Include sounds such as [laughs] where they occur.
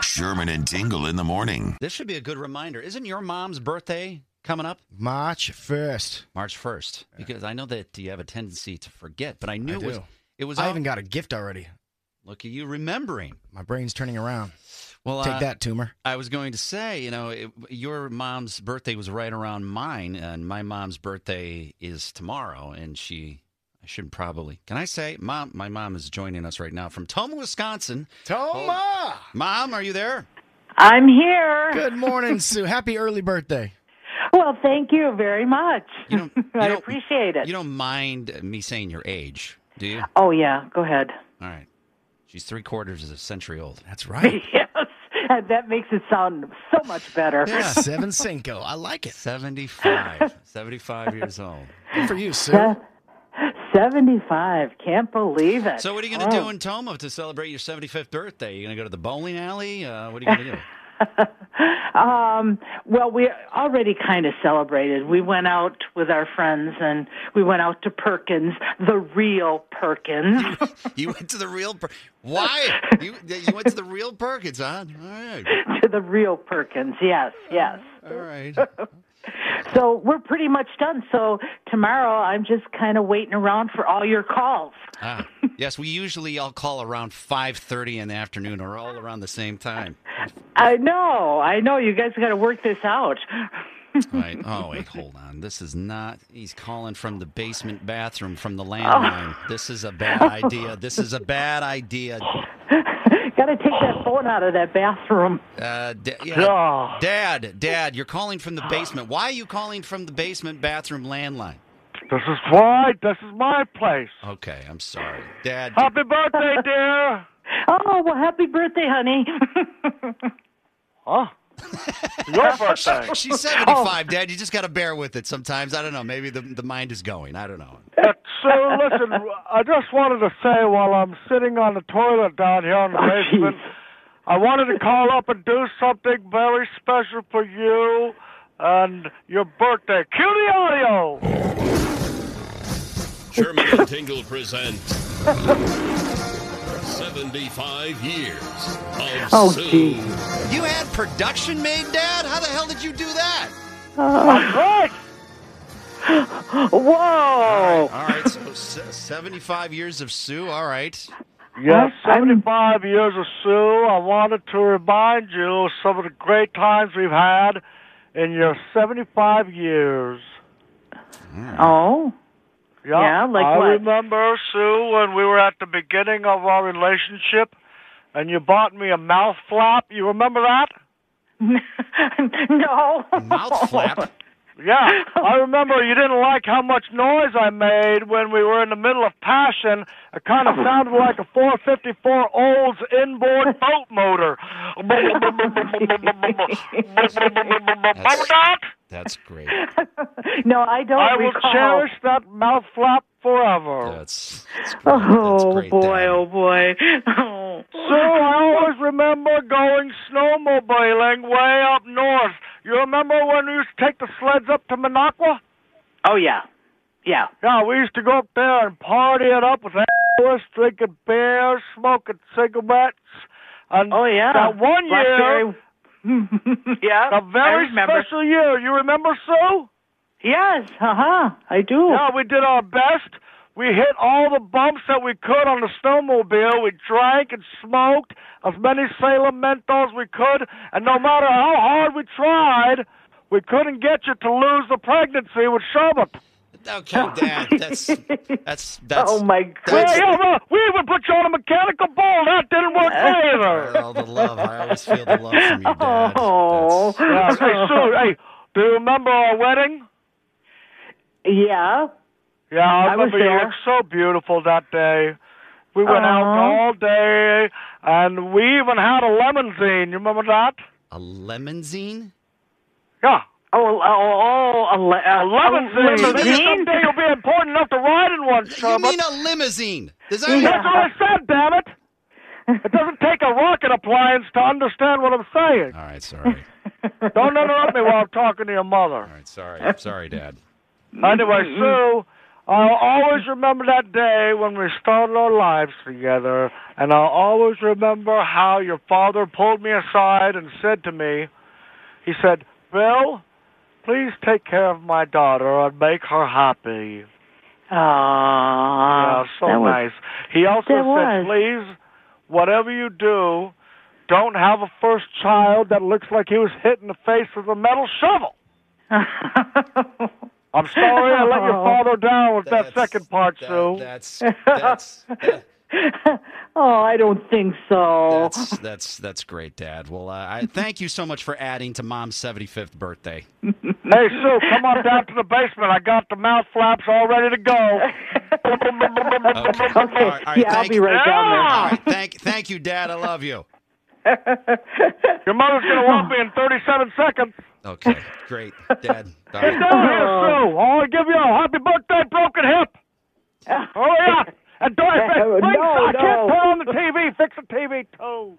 Sherman and Tingle in the morning. This should be a good reminder. Isn't your mom's birthday coming up? March 1st. March 1st. Because I know that you have a tendency to forget, but I knew I it was do. it was I all- even got a gift already. Look at you remembering. My brain's turning around. Well, Take uh, that, tumor. I was going to say, you know, it, your mom's birthday was right around mine, and my mom's birthday is tomorrow, and she. I should probably. Can I say, mom? My mom is joining us right now from Toma, Wisconsin. Toma! Mom, are you there? I'm here. Good morning, Sue. Happy early birthday. Well, thank you very much. You don't. you [laughs] I don't- appreciate it. You don't mind me saying your age, do you? oh, yeah, go ahead. [laughs] All right. She's three quarters of a century old. [laughs] That's right. Yes, and that makes it sound so much better. Yeah. Seven Cinco. I like it. 75. 75 years old. Good for you, Sue. 75, can't believe it. So, what are you going to Oh. do in Tomo to celebrate your 75th birthday? You going to go to the bowling alley? Uh, what are you going to do? [laughs] Um, well, we already kind of celebrated. We went out with our friends and we went out to Perkins, the real Perkins. [laughs] [laughs] You went to the real. Per- Why? You, you went to the real Perkins, huh? All right. to the real Perkins, yes, yes. All right. So we're pretty much done. So tomorrow I'm just kind of waiting around for all your calls. Ah, yes, we usually all call around 5.30 in the afternoon or all around the same time. I know, I know. You guys got to work this out. All Right. Oh, wait, hold on. This is not. He's calling from the basement bathroom from the landline. This is a bad idea. This is a bad idea. got to take that phone out of that bathroom. Uh, da- yeah. Oh. Dad, Dad, you're calling from the basement. Why are you calling from the basement bathroom landline? This is why. This is my place. Okay, I'm sorry, Dad. Happy birthday, dear. oh, well, happy birthday, honey. [laughs] Huh? Your birthday. She's 75, Dad. You just got to bear with it sometimes. I don't know. Maybe the the mind is going. I don't know. But, so listen, I just wanted to say while I'm sitting on the toilet down here in the Oh, basement, jeez. I wanted to call up and do something very special for you and your birthday. Cue the audio. Sherman and Tingle present [laughs] 75 years of Oh, Sue. You had production made, Dad. How the hell did you do that? Right. Whoa. All right, so s- 75 years of Sue. All right. Yes, I'm- 75 years or so. I wanted to remind you of some of the great times we've had in your 75 years. Oh. [laughs] Yeah, like I what? remember, Sue, when we were at the beginning of our relationship and you bought me a mouth flap. You remember that? no. [laughs] Mouth flap. Yeah, I remember you didn't like how much noise I made when we were in the middle of passion. It [laughs] kind of sounded like a 454 Olds [laughs] inboard boat motor. Remember that? That's great. No, I don't I will recall. cherish that mouth flap forever. That's, [laughs] that's great. That's Oh great, boy, Dad. oh boy. Oh. So I always remember going snowmobiling way up north. You remember when we used to take the sleds up to Minocqua? Oh yeah. Yeah. Yeah, we used to go up there and party it up with us, drinking beer, smoking cigarettes. And Oh yeah. that one [laughs] year, Blackberry. yeah. the I very remember. special year, you remember, Sue? Yes, uh-huh. I do. Yeah, we did our best. We hit all the bumps that we could on the snowmobile. We drank and smoked as many Salem Mentos we could, and no matter how hard we tried, we couldn't get you to lose the pregnancy with Shabbat. Okay, Dad. [laughs] That's that's that's. oh my Well, goodness. yeah, well, we even put you on a mechanical bull. That didn't [laughs] work for either. all the love. I always feel the love from you, Dad. [laughs] Oh. That's- Yeah, hey, Sue, hey, do you remember our wedding? Yeah. Yeah, I I was remember you there. looked so beautiful that day. We went out Aw. all day, and we even had a lemon zine. You remember that? A lemon zine? Yeah. Oh, oh, oh a, le- a A lemon zine. Maybe limousine? someday you'll be important enough to ride in one, Oh, You Sherman. mean a limousine? [laughs] Does that That's what I said, damn it. It doesn't take a rocket appliance to understand what I'm saying. All right, sorry. Don't interrupt me while I'm talking to your mother. All right, sorry. I'm sorry, [laughs] Dad. Anyway, Sue, I'll always remember that day when we started our lives together, and I'll always remember how your father pulled me aside and said to me, he said, Bill, please take care of my daughter and make her happy. Aw, Yeah, Uh, so that was- nice. He also that said, was. please, whatever you do, don't have a first child that looks like he was hit in the face with a metal [laughs] shovel. I'm sorry I let your Oh. father down with that That's- second part, that- Sue. [laughs] That's that's that- oh, I don't think so. that's that's that's great, Dad. Well, uh, I thank you so much for adding to Mom's 75th birthday. Hey, Sue, come on down to the basement. I got the mouth flaps all ready to go. Okay. All [laughs] Okay. right, all right, yeah, I'll thank be you. right All down right, thank thank you, Dad. I love you. Your mother's going to want me in 37 seconds. Okay, great, [laughs] Dad. All Get right. down here, Uh-huh. Sue. I want to give you a happy birthday, [laughs] broken hip. Hurry up. And don't No, bring, no. I can't put on the TV. Fix the TV, too. All